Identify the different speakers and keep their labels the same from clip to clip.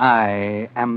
Speaker 1: I am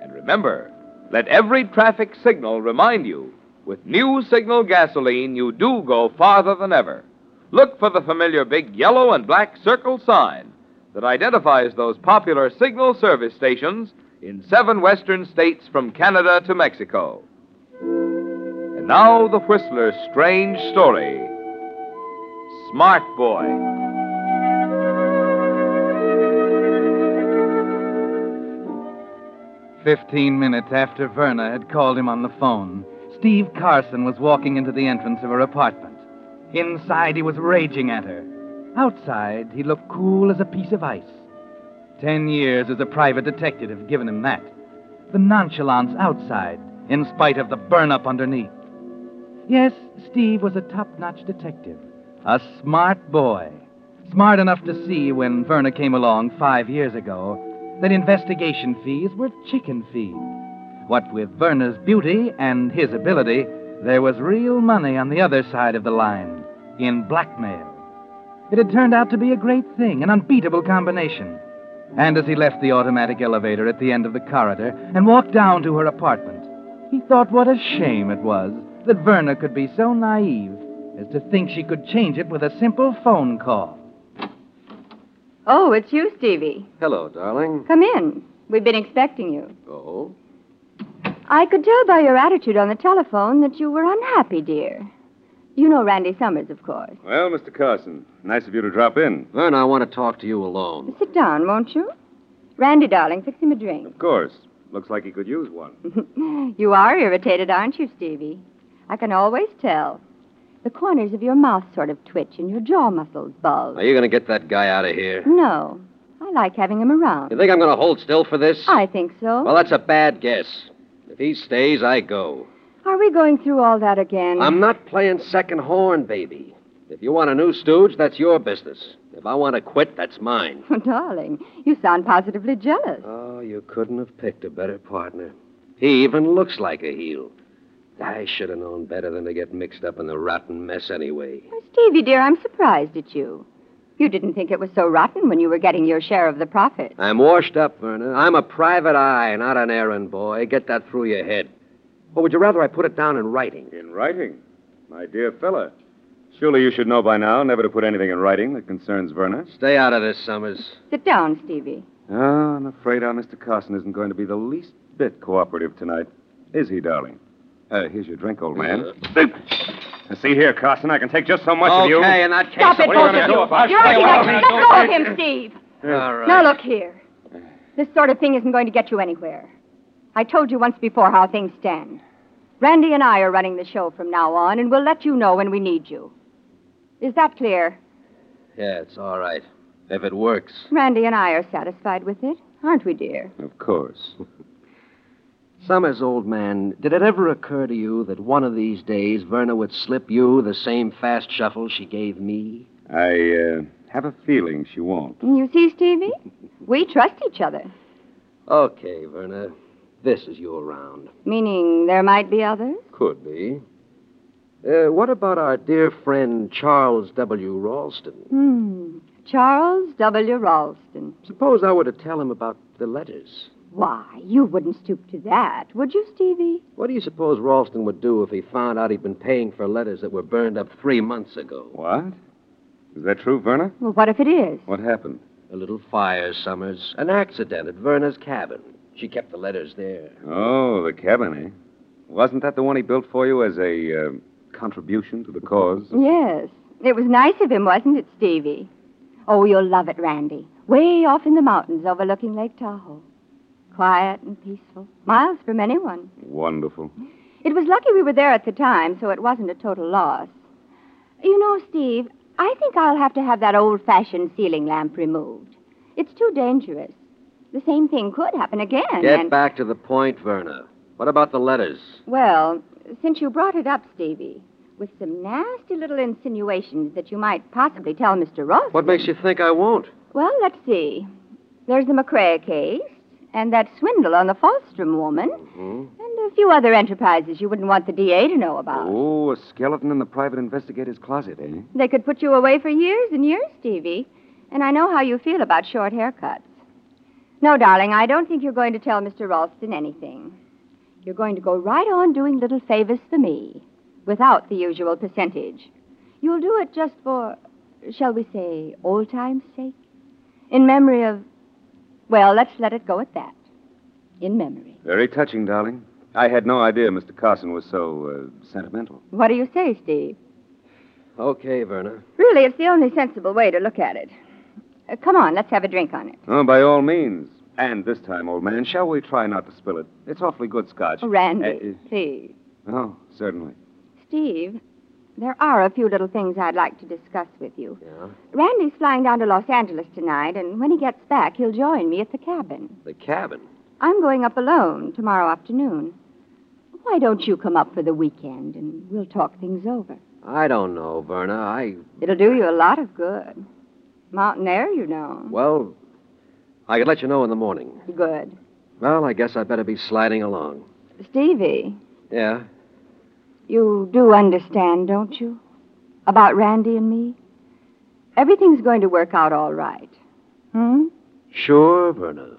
Speaker 2: And remember, let every traffic signal remind you with new signal gasoline, you do go farther than ever. Look for the familiar big yellow and black circle sign that identifies those popular signal service stations in seven western states from Canada to Mexico. And now, The Whistler's strange story. Smart Boy.
Speaker 1: Fifteen minutes after Verna had called him on the phone, Steve Carson was walking into the entrance of her apartment. Inside, he was raging at her. Outside, he looked cool as a piece of ice. Ten years as a private detective have given him that. The nonchalance outside, in spite of the burn up underneath. Yes, Steve was a top notch detective, a smart boy. Smart enough to see when Verna came along five years ago that investigation fees were chicken feed. What with Verna's beauty and his ability, there was real money on the other side of the line in blackmail. It had turned out to be a great thing, an unbeatable combination. And as he left the automatic elevator at the end of the corridor and walked down to her apartment, he thought what a shame it was that Verna could be so naive as to think she could change it with a simple phone call.
Speaker 3: Oh, it's you, Stevie.
Speaker 4: Hello, darling.
Speaker 3: Come in. We've been expecting you.
Speaker 4: Oh?
Speaker 3: I could tell by your attitude on the telephone that you were unhappy, dear. You know Randy Summers, of course.
Speaker 5: Well, Mr. Carson, nice of you to drop in.
Speaker 4: Vern, I want to talk to you alone.
Speaker 3: Sit down, won't you? Randy, darling, fix him a drink.
Speaker 5: Of course. Looks like he could use one.
Speaker 3: you are irritated, aren't you, Stevie? I can always tell. The corners of your mouth sort of twitch and your jaw muscles bulge.
Speaker 4: Are you going to get that guy out of here?
Speaker 3: No, I like having him around.
Speaker 4: You think I'm going to hold still for this?
Speaker 3: I think so.
Speaker 4: Well, that's a bad guess. If he stays, I go.
Speaker 3: Are we going through all that again?
Speaker 4: I'm not playing second horn, baby. If you want a new stooge, that's your business. If I want to quit, that's mine.
Speaker 3: darling, you sound positively jealous.
Speaker 4: Oh, you couldn't have picked a better partner. He even looks like a heel. I should have known better than to get mixed up in the rotten mess anyway.
Speaker 3: Why, Stevie, dear, I'm surprised at you. You didn't think it was so rotten when you were getting your share of the profit.
Speaker 4: I'm washed up, Verna. I'm a private eye, not an errand boy. Get that through your head. Or would you rather I put it down in writing?
Speaker 5: In writing? My dear fella. Surely you should know by now never to put anything in writing that concerns Verna.
Speaker 4: Stay out of this, Summers.
Speaker 3: Sit down, Stevie.
Speaker 5: Oh, I'm afraid our Mr. Carson isn't going to be the least bit cooperative tonight. Is he, darling? Uh, here's your drink, old man. Now, Uh, See here, Carson, I can take just so much of you.
Speaker 4: Okay, in that case.
Speaker 3: Stop it,
Speaker 4: what are
Speaker 3: both
Speaker 4: you gonna
Speaker 3: of
Speaker 4: do
Speaker 3: you.
Speaker 4: about
Speaker 3: You're acting like
Speaker 4: Well,
Speaker 3: Let go of him, Steve.
Speaker 4: All right.
Speaker 3: Now, look here. This sort of thing isn't going to get you anywhere. I told you once before how things stand. Randy and I are running the show from now on, and we'll let you know when we need you. Is that clear?
Speaker 4: Yeah, it's all right. If it works.
Speaker 3: Randy and I are satisfied with it, aren't we, dear?
Speaker 5: Of course.
Speaker 4: Summers, old man, did it ever occur to you that one of these days Verna would slip you the same fast shuffle she gave me?
Speaker 5: I uh, have a feeling she won't.
Speaker 3: You see, Stevie? We trust each other,
Speaker 4: Okay, Verna. This is your round.
Speaker 3: meaning there might be others.
Speaker 4: Could be. Uh, what about our dear friend Charles W. Ralston?
Speaker 3: Hmm. Charles W. Ralston.
Speaker 4: Suppose I were to tell him about the letters.
Speaker 3: Why, you wouldn't stoop to that, would you, Stevie?
Speaker 4: What do you suppose Ralston would do if he found out he'd been paying for letters that were burned up three months ago?
Speaker 5: What? Is that true, Verna?
Speaker 3: Well, what if it is?
Speaker 5: What happened?
Speaker 4: A little fire, Summers. An accident at Verna's cabin. She kept the letters there.
Speaker 5: Oh, the cabin, eh? Wasn't that the one he built for you as a uh, contribution to the cause?
Speaker 3: Mm. Yes. It was nice of him, wasn't it, Stevie? Oh, you'll love it, Randy. Way off in the mountains overlooking Lake Tahoe. Quiet and peaceful. Miles from anyone.
Speaker 5: Wonderful.
Speaker 3: It was lucky we were there at the time, so it wasn't a total loss. You know, Steve, I think I'll have to have that old fashioned ceiling lamp removed. It's too dangerous. The same thing could happen again.
Speaker 4: Get
Speaker 3: and-
Speaker 4: back to the point, Verna. What about the letters?
Speaker 3: Well, since you brought it up, Stevie, with some nasty little insinuations that you might possibly tell Mr. Ross.
Speaker 4: What makes you think I won't?
Speaker 3: Well, let's see. There's the McCrea case, and that swindle on the Falstrom woman,
Speaker 5: Hmm?
Speaker 3: and a few other enterprises you wouldn't want the DA to know about.
Speaker 5: Oh, a skeleton in the private investigator's closet, eh?
Speaker 3: They could put you away for years and years, Stevie. And I know how you feel about short haircuts. No, darling, I don't think you're going to tell Mr. Ralston anything. You're going to go right on doing little favors for me, without the usual percentage. You'll do it just for, shall we say, old time's sake? In memory of. Well, let's let it go at that. In memory.
Speaker 5: Very touching, darling. I had no idea Mr. Carson was so uh, sentimental.
Speaker 3: What do you say, Steve?
Speaker 4: Okay, Verna.
Speaker 3: Really, it's the only sensible way to look at it. Uh, come on, let's have a drink on it.
Speaker 5: Oh, by all means. And this time, old man, shall we try not to spill it? It's awfully good scotch.
Speaker 3: Oh, Randy,
Speaker 5: Uh,
Speaker 3: please.
Speaker 5: uh, oh, certainly.
Speaker 3: Steve, there are a few little things I'd like to discuss with you.
Speaker 4: Yeah.
Speaker 3: Randy's flying down to Los Angeles tonight, and when he gets back, he'll join me at the cabin.
Speaker 4: The cabin.
Speaker 3: I'm going up alone tomorrow afternoon. Why don't you come up for the weekend and we'll talk things over?
Speaker 4: I don't know, Verna. I
Speaker 3: It'll do you a lot of good. Mountain air, you know.
Speaker 4: well I could let you know in the morning.
Speaker 3: Good.
Speaker 4: Well, I guess I'd better be sliding along.
Speaker 3: Stevie,
Speaker 4: Yeah.
Speaker 3: you do understand, don't you? About Randy and me? Everything's going to work out all right. Hmm?
Speaker 4: Sure, Verna.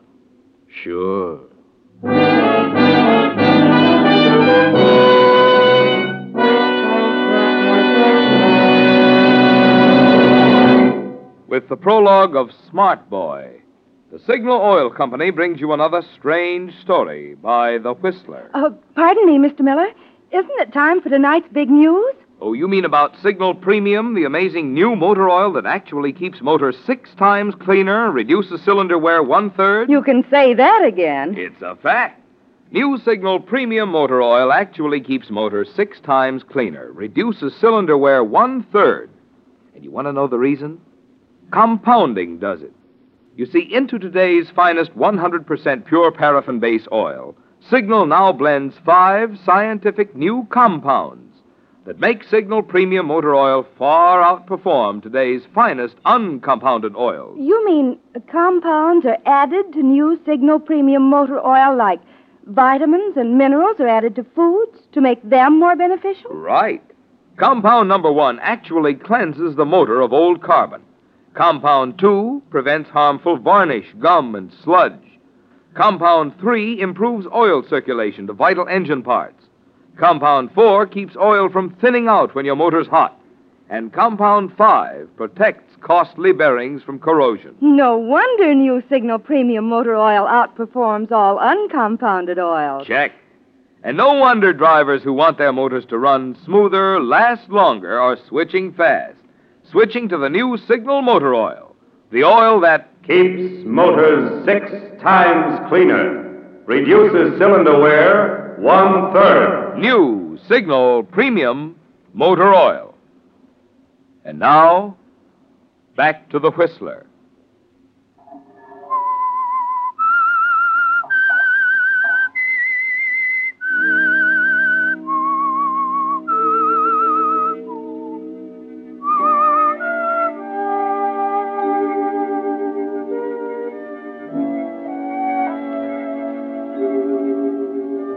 Speaker 4: Sure.
Speaker 2: with the prologue of Smart Boy. The Signal Oil Company brings you another strange story by The Whistler.
Speaker 6: Oh, pardon me, Mr. Miller. Isn't it time for tonight's big news?
Speaker 2: Oh, you mean about Signal Premium, the amazing new motor oil that actually keeps motors six times cleaner, reduces cylinder wear one third?
Speaker 6: You can say that again.
Speaker 2: It's a fact. New Signal Premium Motor Oil actually keeps motors six times cleaner, reduces cylinder wear one third. And you want to know the reason? Compounding does it. You see, into today's finest 100% pure paraffin base oil, Signal now blends five scientific new compounds that make Signal Premium Motor Oil far outperform today's finest uncompounded oils.
Speaker 6: You mean compounds are added to new signal premium motor oil like vitamins and minerals are added to foods to make them more beneficial?
Speaker 2: Right. Compound number one actually cleanses the motor of old carbon. Compound two prevents harmful varnish, gum, and sludge. Compound three improves oil circulation to vital engine parts. Compound four keeps oil from thinning out when your motor's hot. And compound five protects costly bearings from corrosion.
Speaker 6: No wonder new signal premium motor oil outperforms all uncompounded oils.
Speaker 2: Check. And no wonder drivers who want their motors to run smoother, last longer, are switching fast. Switching to the new Signal Motor Oil. The oil that.
Speaker 5: Keeps motors six times cleaner. Reduces cylinder wear one third.
Speaker 2: New Signal Premium Motor Oil. And now, back to the Whistler.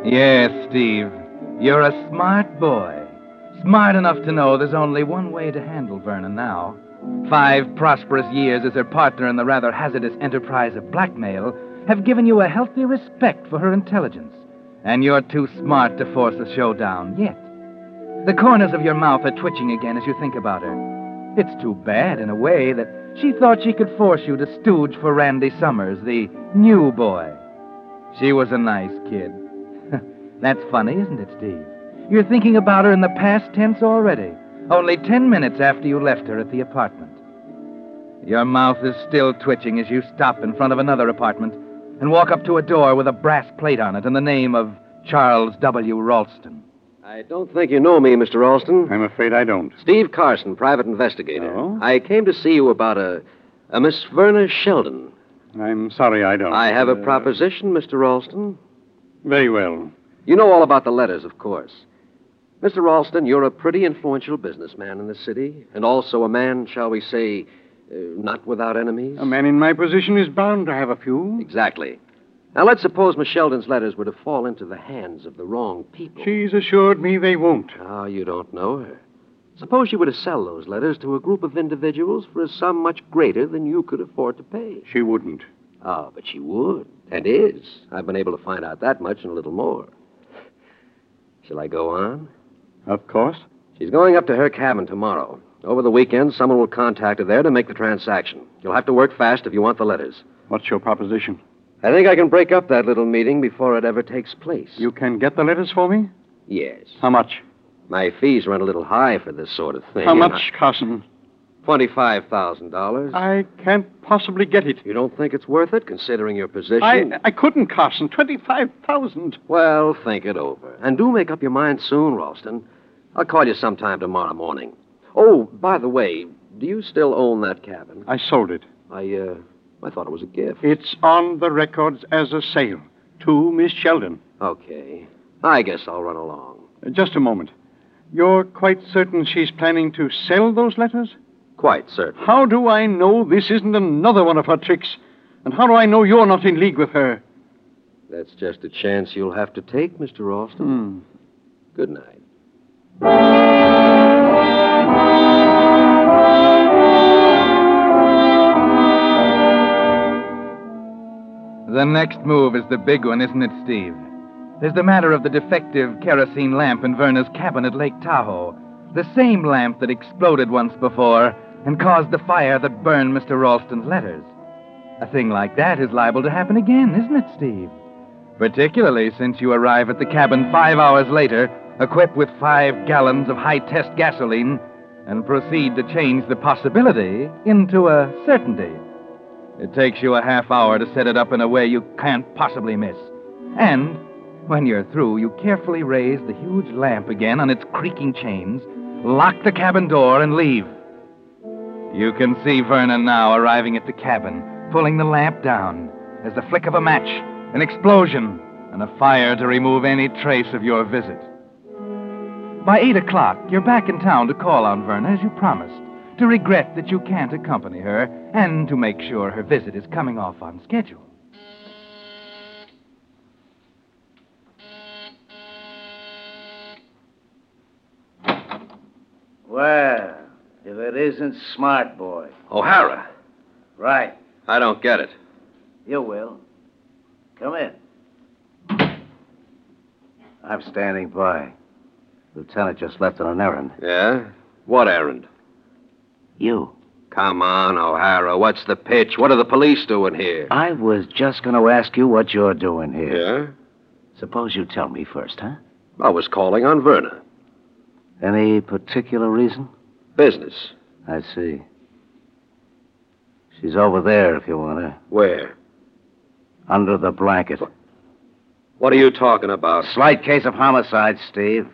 Speaker 1: Yes, Steve. You're a smart boy. Smart enough to know there's only one way to handle Verna now. Five prosperous years as her partner in the rather hazardous enterprise of blackmail have given you a healthy respect for her intelligence. And you're too smart to force a showdown yet. The corners of your mouth are twitching again as you think about her. It's too bad, in a way, that she thought she could force you to stooge for Randy Summers, the new boy. She was a nice kid. That's funny, isn't it, Steve? You're thinking about her in the past tense already, only ten minutes after you left her at the apartment. Your mouth is still twitching as you stop in front of another apartment and walk up to a door with a brass plate on it and the name of Charles W. Ralston.
Speaker 4: I don't think you know me, Mr. Ralston.
Speaker 5: I'm afraid I don't.
Speaker 4: Steve Carson, private investigator.
Speaker 5: No?
Speaker 4: I came to see you about a, a Miss Verna Sheldon.
Speaker 5: I'm sorry I don't.
Speaker 4: I have a
Speaker 5: Uh,
Speaker 4: proposition, Mr. Ralston.
Speaker 5: Very well.
Speaker 4: You know all about the letters, of course. Mr. Ralston, you're a pretty influential businessman in the city, and also a man, shall we say, uh, not without enemies.
Speaker 5: A man in my position is bound to have a few.
Speaker 4: Exactly. Now, let's suppose Miss Sheldon's letters were to fall into the hands of the wrong people.
Speaker 5: She's assured me they won't.
Speaker 4: Ah, you don't know her. Suppose she were to sell those letters to a group of individuals for a sum much greater than you could afford to pay.
Speaker 5: She wouldn't.
Speaker 4: Ah, but she would, and is. I've been able to find out that much and a little more. Shall I go on?
Speaker 5: Of course.
Speaker 4: She's going up to her cabin tomorrow. Over the weekend, someone will contact her there to make the transaction. You'll have to work fast if you want the letters.
Speaker 5: What's your proposition?
Speaker 4: I think I can break up that little meeting before it ever takes place.
Speaker 5: You can get the letters for me?
Speaker 4: Yes.
Speaker 5: How much?
Speaker 4: My fees run a little high for this sort of thing.
Speaker 5: How
Speaker 4: and
Speaker 5: much, Carson?
Speaker 4: I- $25,000.
Speaker 5: I can't possibly get it.
Speaker 4: You don't think it's worth it, considering your position?
Speaker 5: I, I couldn't, Carson. 25,000.
Speaker 4: Well, think it over. And do make up your mind soon, Ralston. I'll call you sometime tomorrow morning. Oh, by the way, do you still own that cabin?
Speaker 5: I sold it.
Speaker 4: I, uh, I thought it was a gift.
Speaker 5: It's on the records as a sale to Miss Sheldon.
Speaker 4: Okay. I guess I'll run along.
Speaker 5: Uh, Just a moment. You're quite certain she's planning to sell those letters?
Speaker 4: Quite certain.
Speaker 5: How do I know this isn't another one of her tricks? And how do I know you're not in league with her?
Speaker 4: That's just a chance you'll have to take, Mr. Ralston.
Speaker 5: Hmm.
Speaker 4: Good night.
Speaker 1: The next move is the big one, isn't it, Steve? There's the matter of the defective kerosene lamp in Verna's cabin at Lake Tahoe. The same lamp that exploded once before and caused the fire that burned Mr. Ralston's letters. A thing like that is liable to happen again, isn't it, Steve? Particularly since you arrive at the cabin five hours later, equipped with five gallons of high test gasoline, and proceed to change the possibility into a certainty. It takes you a half hour to set it up in a way you can't possibly miss. And when you're through, you carefully raise the huge lamp again on its creaking chains, lock the cabin door, and leave. You can see Verna now arriving at the cabin, pulling the lamp down. There's the flick of a match, an explosion, and a fire to remove any trace of your visit. By 8 o'clock, you're back in town to call on Verna as you promised, to regret that you can't accompany her, and to make sure her visit is coming off on schedule.
Speaker 7: Well, if it isn't smart, boy.
Speaker 4: O'Hara,
Speaker 7: Right,
Speaker 4: I don't get it.
Speaker 7: you will. Come in. I'm standing by. Lieutenant just left on an errand.
Speaker 4: Yeah? What errand?
Speaker 7: You.
Speaker 4: Come on, O'Hara. What's the pitch? What are the police doing here?
Speaker 7: I was just going to ask you what you're doing here.
Speaker 4: Yeah?
Speaker 7: Suppose you tell me first, huh?
Speaker 4: I was calling on Verna.
Speaker 7: Any particular reason?
Speaker 4: Business.
Speaker 7: I see. She's over there if you want her.
Speaker 4: Where?
Speaker 7: Under the blanket.
Speaker 4: What are you talking about?
Speaker 7: Slight case of homicide, Steve.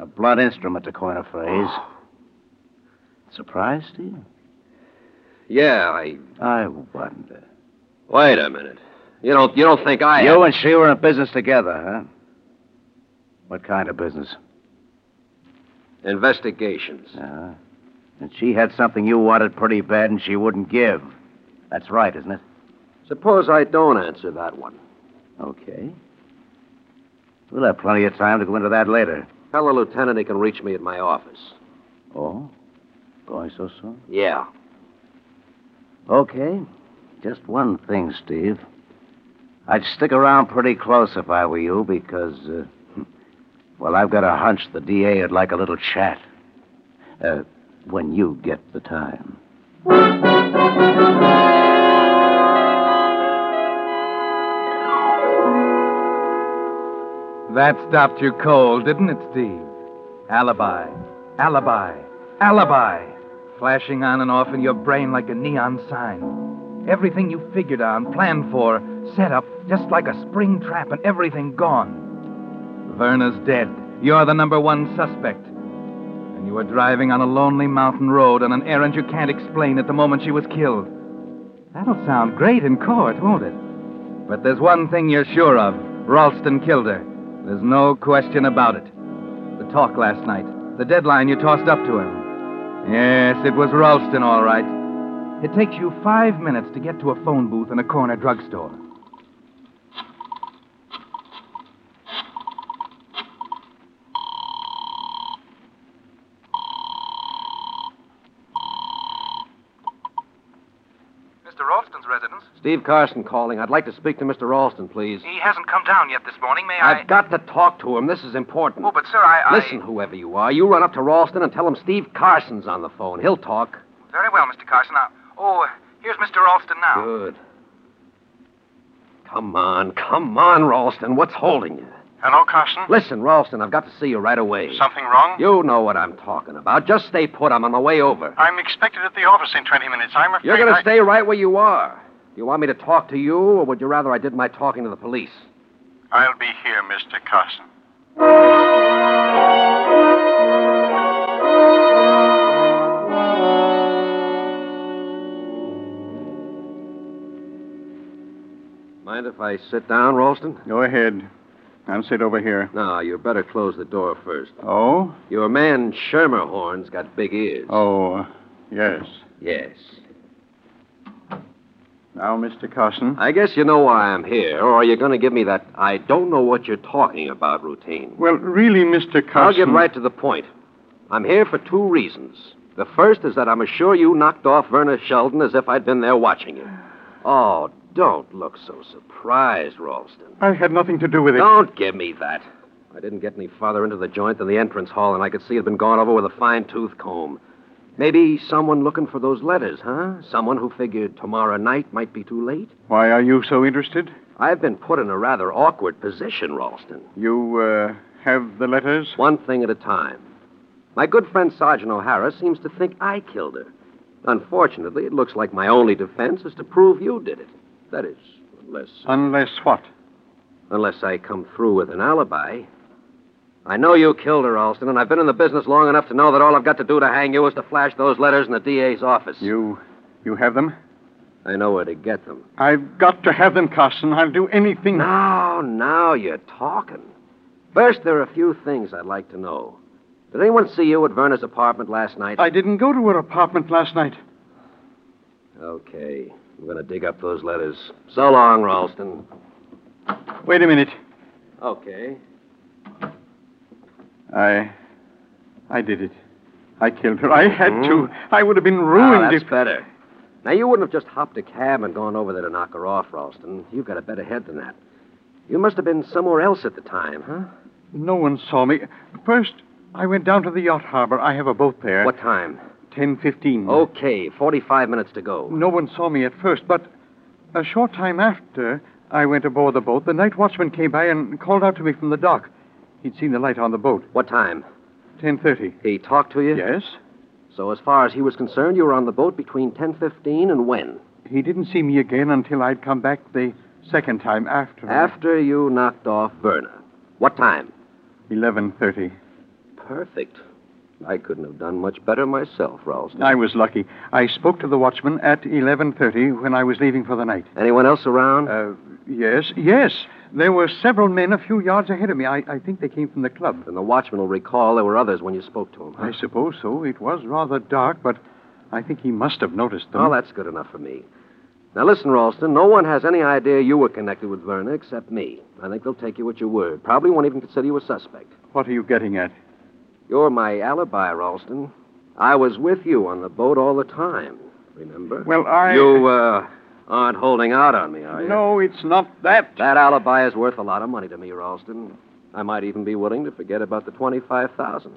Speaker 7: A blunt instrument, to coin a phrase. Surprised, Steve?
Speaker 4: Yeah, I.
Speaker 7: I wonder.
Speaker 5: uh,
Speaker 4: Wait a minute. You don't. You don't think I.
Speaker 7: You and she were in business together, huh? What kind of business?
Speaker 4: Investigations.
Speaker 7: Uh-huh. And she had something you wanted pretty bad and she wouldn't give. That's right, isn't it?
Speaker 4: Suppose I don't answer that one.
Speaker 7: Okay. We'll have plenty of time to go into that later.
Speaker 4: Tell the lieutenant he can reach me at my office.
Speaker 7: Oh? Going so soon?
Speaker 4: Yeah.
Speaker 7: Okay. Just one thing, Steve. I'd stick around pretty close if I were you, because, uh, well, I've got a hunch the DA would like a little chat. Uh, when you get the time.
Speaker 1: That stopped you cold, didn't it, Steve? Alibi, alibi, alibi. Flashing on and off in your brain like a neon sign. Everything you figured on, planned for, set up, just like a spring trap, and everything gone. Verna's dead. You're the number one suspect. And you were driving on a lonely mountain road on an errand you can't explain at the moment she was killed. That'll sound great in court, won't it? But there's one thing you're sure of Ralston killed her. There's no question about it. The talk last night, the deadline you tossed up to him. Yes, it was Ralston, all right. It takes you five minutes to get to a phone booth in a corner drugstore. Mr. Ralston's residence?
Speaker 4: Steve Carson calling. I'd like to speak to Mr. Ralston, please.
Speaker 1: He hasn't come down yet this morning. May I?
Speaker 4: I've got to talk to him. This is important.
Speaker 1: Oh, but sir, I, I.
Speaker 4: Listen, whoever you are, you run up to Ralston and tell him Steve Carson's on the phone. He'll talk.
Speaker 1: Very well, Mr. Carson. I... Oh, here's Mr. Ralston now.
Speaker 4: Good. Come on, come on, Ralston. What's holding you?
Speaker 8: Hello, Carson?
Speaker 4: Listen, Ralston, I've got to see you right away.
Speaker 8: Something wrong?
Speaker 4: You know what I'm talking about. Just stay put. I'm on the way over.
Speaker 8: I'm expected at the office in 20 minutes. I'm afraid.
Speaker 4: You're going to
Speaker 8: I-
Speaker 4: stay right where you are. Do you want me to talk to you, or would you rather I did my talking to the police?
Speaker 8: I'll be here, Mr. Carson.
Speaker 4: Mind if I sit down, Ralston?
Speaker 5: Go ahead. I'll sit over here.
Speaker 4: No, you better close the door first.
Speaker 5: Oh?
Speaker 4: Your man Schermerhorn's got big ears.
Speaker 5: Oh, uh, yes.
Speaker 4: Yes.
Speaker 5: Now, Mr. Carson.
Speaker 4: I guess you know why I'm here, or are you going to give me that I don't know what you're talking about routine?
Speaker 5: Well, really, Mr. Carson.
Speaker 4: I'll get right to the point. I'm here for two reasons. The first is that I'm sure you knocked off Verna Sheldon as if I'd been there watching you. Oh, don't look so surprised, Ralston.
Speaker 5: I had nothing to do with it.
Speaker 4: Don't give me that. I didn't get any farther into the joint than the entrance hall, and I could see it had been gone over with a fine tooth comb. Maybe someone looking for those letters, huh? Someone who figured tomorrow night might be too late?
Speaker 5: Why are you so interested?
Speaker 4: I've been put in a rather awkward position, Ralston.
Speaker 5: You, uh, have the letters?
Speaker 4: One thing at a time. My good friend Sergeant O'Hara seems to think I killed her. Unfortunately, it looks like my only defense is to prove you did it. That is, unless
Speaker 5: Unless what?
Speaker 4: unless I come through with an alibi. I know you killed her, Alston, and I've been in the business long enough to know that all I've got to do to hang you is to flash those letters in the DA's office.
Speaker 5: You. You have them?
Speaker 4: I know where to get them.
Speaker 5: I've got to have them, Carson. I'll do anything.
Speaker 4: Now, now you're talking. First, there are a few things I'd like to know. Did anyone see you at Verna's apartment last night?
Speaker 5: I didn't go to her apartment last night.
Speaker 4: Okay. I'm going to dig up those letters. So long, Ralston.
Speaker 5: Wait a minute.
Speaker 4: Okay.
Speaker 5: I. I did it. I killed her. I had to. I would have been
Speaker 4: Now,
Speaker 5: ruined
Speaker 4: Hmm? Ah, that's
Speaker 5: if.
Speaker 4: better. Now, you wouldn't have just hopped a cab and gone over there to knock her off, Ralston. You've got a better head than that. You must have been somewhere else at the time, huh?
Speaker 5: No one saw me. First, I went down to the yacht harbor. I have a boat there.
Speaker 4: What Oh, time?
Speaker 5: Ten fifteen.
Speaker 4: Okay, 45 minutes to go.
Speaker 5: No one saw me at first, but a short time after I went aboard the boat, the night watchman came by and called out to me from the dock. He'd seen the light on the boat.
Speaker 4: What time?
Speaker 5: Ten thirty.
Speaker 4: He talked to you?
Speaker 5: Yes.
Speaker 4: So, as far as he was concerned, you were on the boat between 10.15 and when?
Speaker 5: He didn't see me again until I'd come back the second time after.
Speaker 4: After you knocked off Verna. What time?
Speaker 5: Eleven thirty.
Speaker 4: Perfect. I couldn't have done much better myself, Ralston.
Speaker 5: I was lucky. I spoke to the watchman at eleven thirty when I was leaving for the night.
Speaker 4: Anyone else around?
Speaker 5: Uh, yes, yes. There were several men a few yards ahead of me. I, I think they came from the club.
Speaker 4: And the watchman will recall there were others when you spoke to him. huh?
Speaker 5: I suppose so. It was rather dark, but I think he must have noticed them.
Speaker 4: Well, that's good enough for me. Now, listen, Ralston, no one has any idea you were connected with Verna except me. I think they'll take you at your word. Probably won't even consider you a suspect.
Speaker 5: What are you getting at?
Speaker 4: You're my alibi, Ralston. I was with you on the boat all the time, remember?
Speaker 5: Well, I.
Speaker 4: You, uh, aren't holding out on me, are you?
Speaker 5: No, it's not that.
Speaker 4: That alibi is worth a lot of money to me, Ralston. I might even be willing to forget about the 25000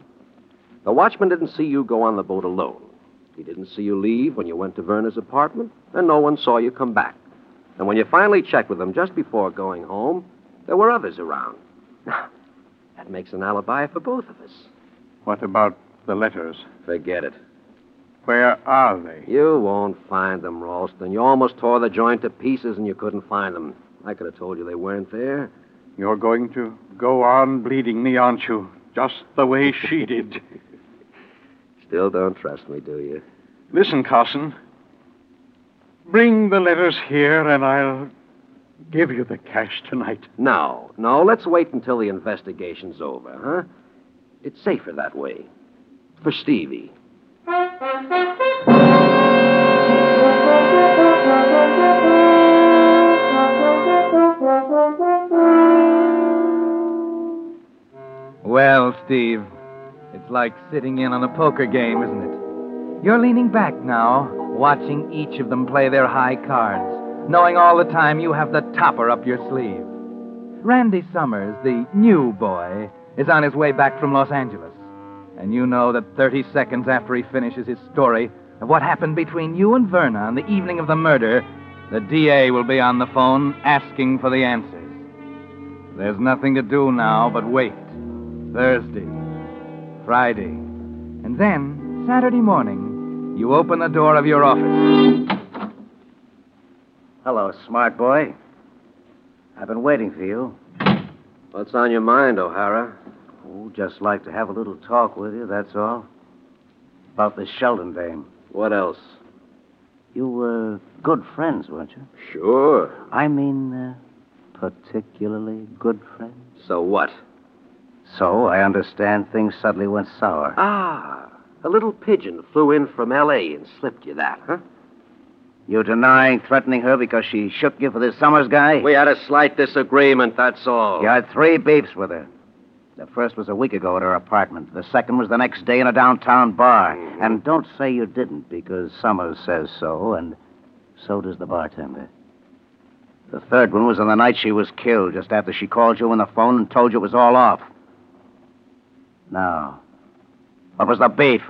Speaker 4: The watchman didn't see you go on the boat alone. He didn't see you leave when you went to Verna's apartment, and no one saw you come back. And when you finally checked with him just before going home, there were others around. that makes an alibi for both of us.
Speaker 5: What about the letters?
Speaker 4: Forget it.
Speaker 5: Where are they?
Speaker 4: You won't find them, Ralston. You almost tore the joint to pieces and you couldn't find them. I could have told you they weren't there.
Speaker 5: You're going to go on bleeding me, aren't you? Just the way she did.
Speaker 4: Still don't trust me, do you?
Speaker 5: Listen, Carson. Bring the letters here and I'll give you the cash tonight.
Speaker 4: No, no, let's wait until the investigation's over, huh? It's safer that way. For Stevie.
Speaker 9: Well, Steve, it's like sitting in on a poker game, isn't it? You're leaning back now, watching each of them play their high cards, knowing all the time you have the topper up your sleeve. Randy Summers, the new boy, is on his way back from Los Angeles. And you know that 30 seconds after he finishes his story of what happened between you and Verna on the evening of the murder, the DA will be on the phone asking for the answers. There's nothing to do now but wait. Thursday, Friday, and then Saturday morning, you open the door of your office.
Speaker 1: Hello, smart boy. I've been waiting for you.
Speaker 4: What's on your mind, O'Hara?
Speaker 1: Oh, just like to have a little talk with you, that's all. About the Sheldon dame.
Speaker 4: What else?
Speaker 1: You were good friends, weren't you?
Speaker 4: Sure.
Speaker 1: I mean, uh, particularly good friends.
Speaker 4: So what?
Speaker 1: So I understand things suddenly went sour.
Speaker 4: Ah, a little pigeon flew in from L.A. and slipped you that, huh?
Speaker 1: You denying threatening her because she shook you for this Summers guy?
Speaker 4: We had a slight disagreement, that's all.
Speaker 1: You had three beefs with her. The first was a week ago at her apartment. The second was the next day in a downtown bar.
Speaker 4: Mm.
Speaker 1: Mm-hmm. And don't say you didn't, because Summers says so, and so does the bartender. The third one was on the night she was killed, just after she called you on the phone and told you it was all off. Now, what was the beef?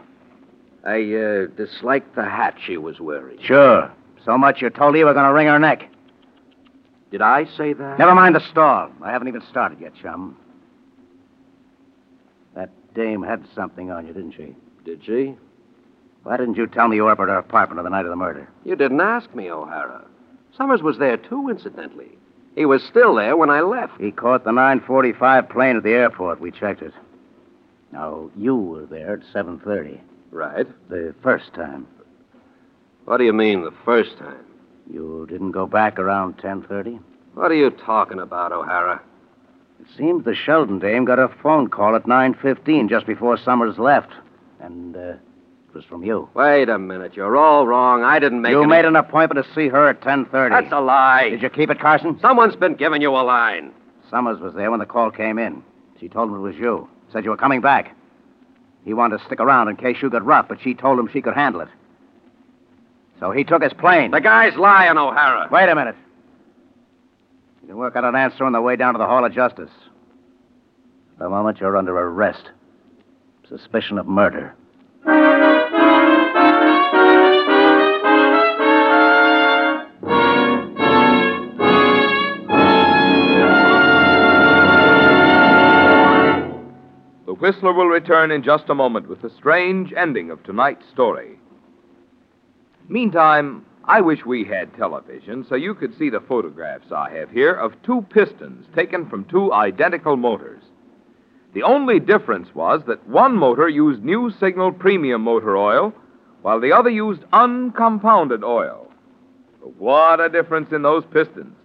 Speaker 4: I uh, disliked the hat she was wearing.
Speaker 1: Sure. So much you told her you were going to wring her neck.
Speaker 4: Did I say that?
Speaker 1: Never mind the stall. I haven't even started yet, chum. That dame had something on you, didn't she?
Speaker 4: Did she?
Speaker 1: Why didn't you tell me you were up at her apartment on the night of the murder?
Speaker 4: You didn't ask me, O'Hara. Summers was there, too, incidentally. He was still there when I left.
Speaker 1: He caught the 945 plane at the airport. We checked it. Now, you were there at 7.30.
Speaker 4: Right.
Speaker 1: The first time.
Speaker 4: What do you mean, the first time?
Speaker 1: You didn't go back around 10.30?
Speaker 4: What are you talking about, O'Hara?
Speaker 1: It seems the Sheldon dame got a phone call at 9.15 just before Summers left. And, uh, it was from you.
Speaker 4: Wait a minute. You're all wrong. I didn't make
Speaker 1: You
Speaker 4: any...
Speaker 1: made an appointment to see her at 10.30.
Speaker 4: That's a lie.
Speaker 1: Did you keep it, Carson?
Speaker 4: Someone's been giving you a line.
Speaker 1: Summers was there when the call came in. She told him it was you. Said you were coming back. He wanted to stick around in case you got rough, but she told him she could handle it. So he took his plane.
Speaker 4: The guy's lying, O'Hara.
Speaker 1: Wait a minute. You can work out an answer on the way down to the Hall of Justice. At the moment, you're under arrest. Suspicion of murder.
Speaker 2: Whistler will return in just a moment with the strange ending of tonight's story. Meantime, I wish we had television so you could see the photographs I have here of two pistons taken from two identical motors. The only difference was that one motor used new signal premium motor oil, while the other used uncompounded oil. But what a difference in those pistons!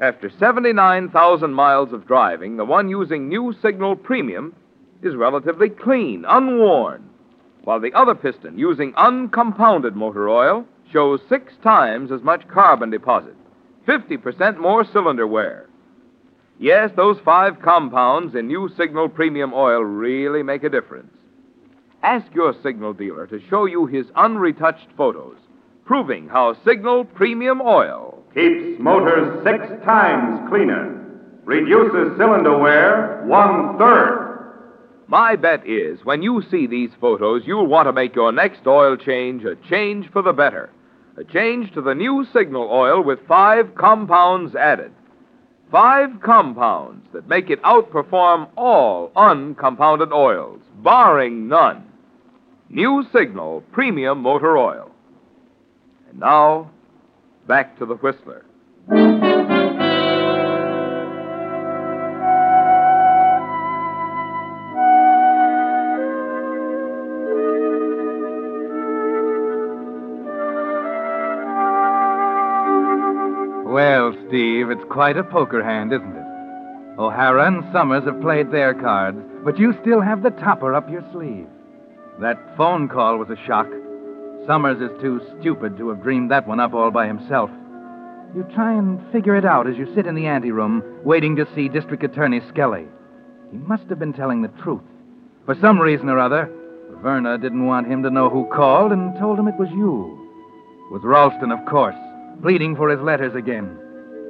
Speaker 2: After 79,000 miles of driving, the one using new signal premium is relatively clean, unworn, while the other piston, using uncompounded motor oil, shows six times as much carbon deposit, 50% more cylinder wear. Yes, those five compounds in new signal premium oil really make a difference. Ask your signal dealer to show you his unretouched photos, proving how Signal Premium Oil
Speaker 10: keeps motors six times cleaner, reduces cylinder wear one third.
Speaker 2: My bet is when you see these photos, you'll want to make your next oil change a change for the better. A change to the new signal oil with five compounds added. Five compounds that make it outperform all uncompounded oils, barring none. New Signal Premium Motor Oil. And now, back to the Whistler.
Speaker 1: Well, Steve, it's quite a poker hand, isn't it? O'Hara and Summers have played their cards, but you still have the topper up your sleeve. That phone call was a shock. Summers is too stupid to have dreamed that one up all by himself. You try and figure it out as you sit in the anteroom, waiting to see District Attorney Skelly. He must have been telling the truth. For some reason or other, Verna didn't want him to know who called and told him it was you. It was Ralston, of course pleading for his letters again.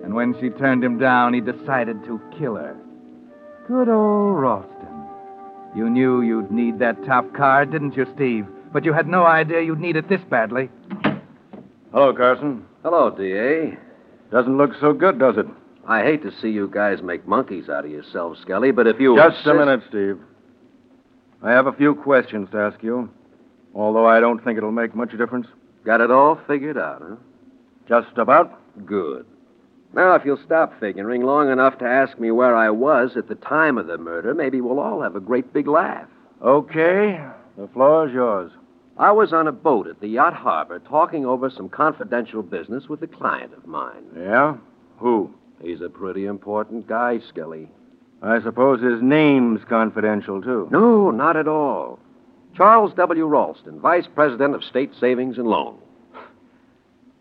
Speaker 1: And when she turned him down, he decided to kill her. Good old Ralston. You knew you'd need that top card, didn't you, Steve? But you had no idea you'd need it this badly.
Speaker 4: Hello, Carson. Hello, D.A. Doesn't look so good, does it? I hate to see you guys make monkeys out of yourselves, Skelly, but if you.
Speaker 5: Just a
Speaker 4: insist-
Speaker 5: minute, Steve. I have a few questions to ask you, although I don't think it'll make much difference.
Speaker 4: Got it all figured out, huh?
Speaker 5: Just about.
Speaker 4: Good. Now, if you'll stop figuring long enough to ask me where I was at the time of the murder, maybe we'll all have a great big laugh.
Speaker 5: Okay. The floor is yours.
Speaker 4: I was on a boat at the yacht harbor talking over some confidential business with a client of mine.
Speaker 5: Yeah? Who?
Speaker 4: He's a pretty important guy, Skelly.
Speaker 5: I suppose his name's confidential, too.
Speaker 4: No, not at all. Charles W. Ralston, Vice President of State Savings and Loan.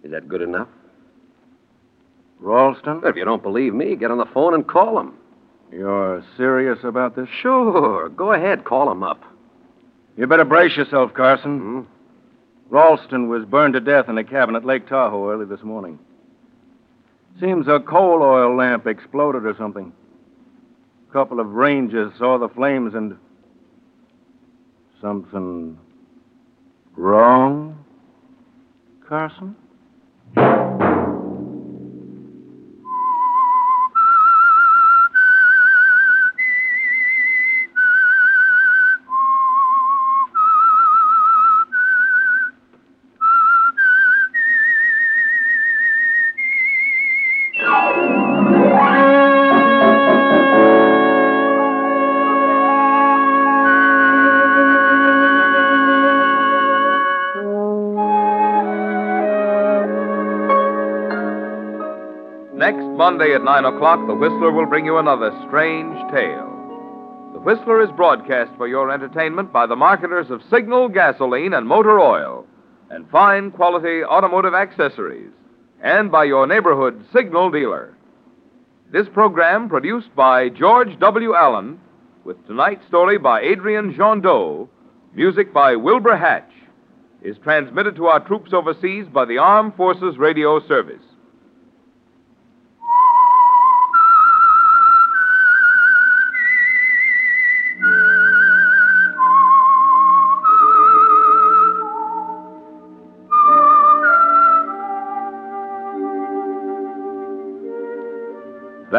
Speaker 4: Is that good enough?
Speaker 5: Ralston?
Speaker 4: If you don't believe me, get on the phone and call him.
Speaker 5: You're serious about this?
Speaker 4: Sure. Go ahead, call him up.
Speaker 5: You better brace yourself, Carson. Ralston was burned to death in a cabin at Lake Tahoe early this morning. Seems a coal oil lamp exploded or something. A couple of rangers saw the flames and. Something wrong, Carson?
Speaker 2: Next Monday at 9 o'clock, The Whistler will bring you another strange tale. The Whistler is broadcast for your entertainment by the marketers of Signal gasoline and motor oil and fine quality automotive accessories and by your neighborhood Signal dealer. This program produced by George W. Allen with tonight's story by Adrian Jondeau, music by Wilbur Hatch, is transmitted to our troops overseas by the Armed Forces Radio Service.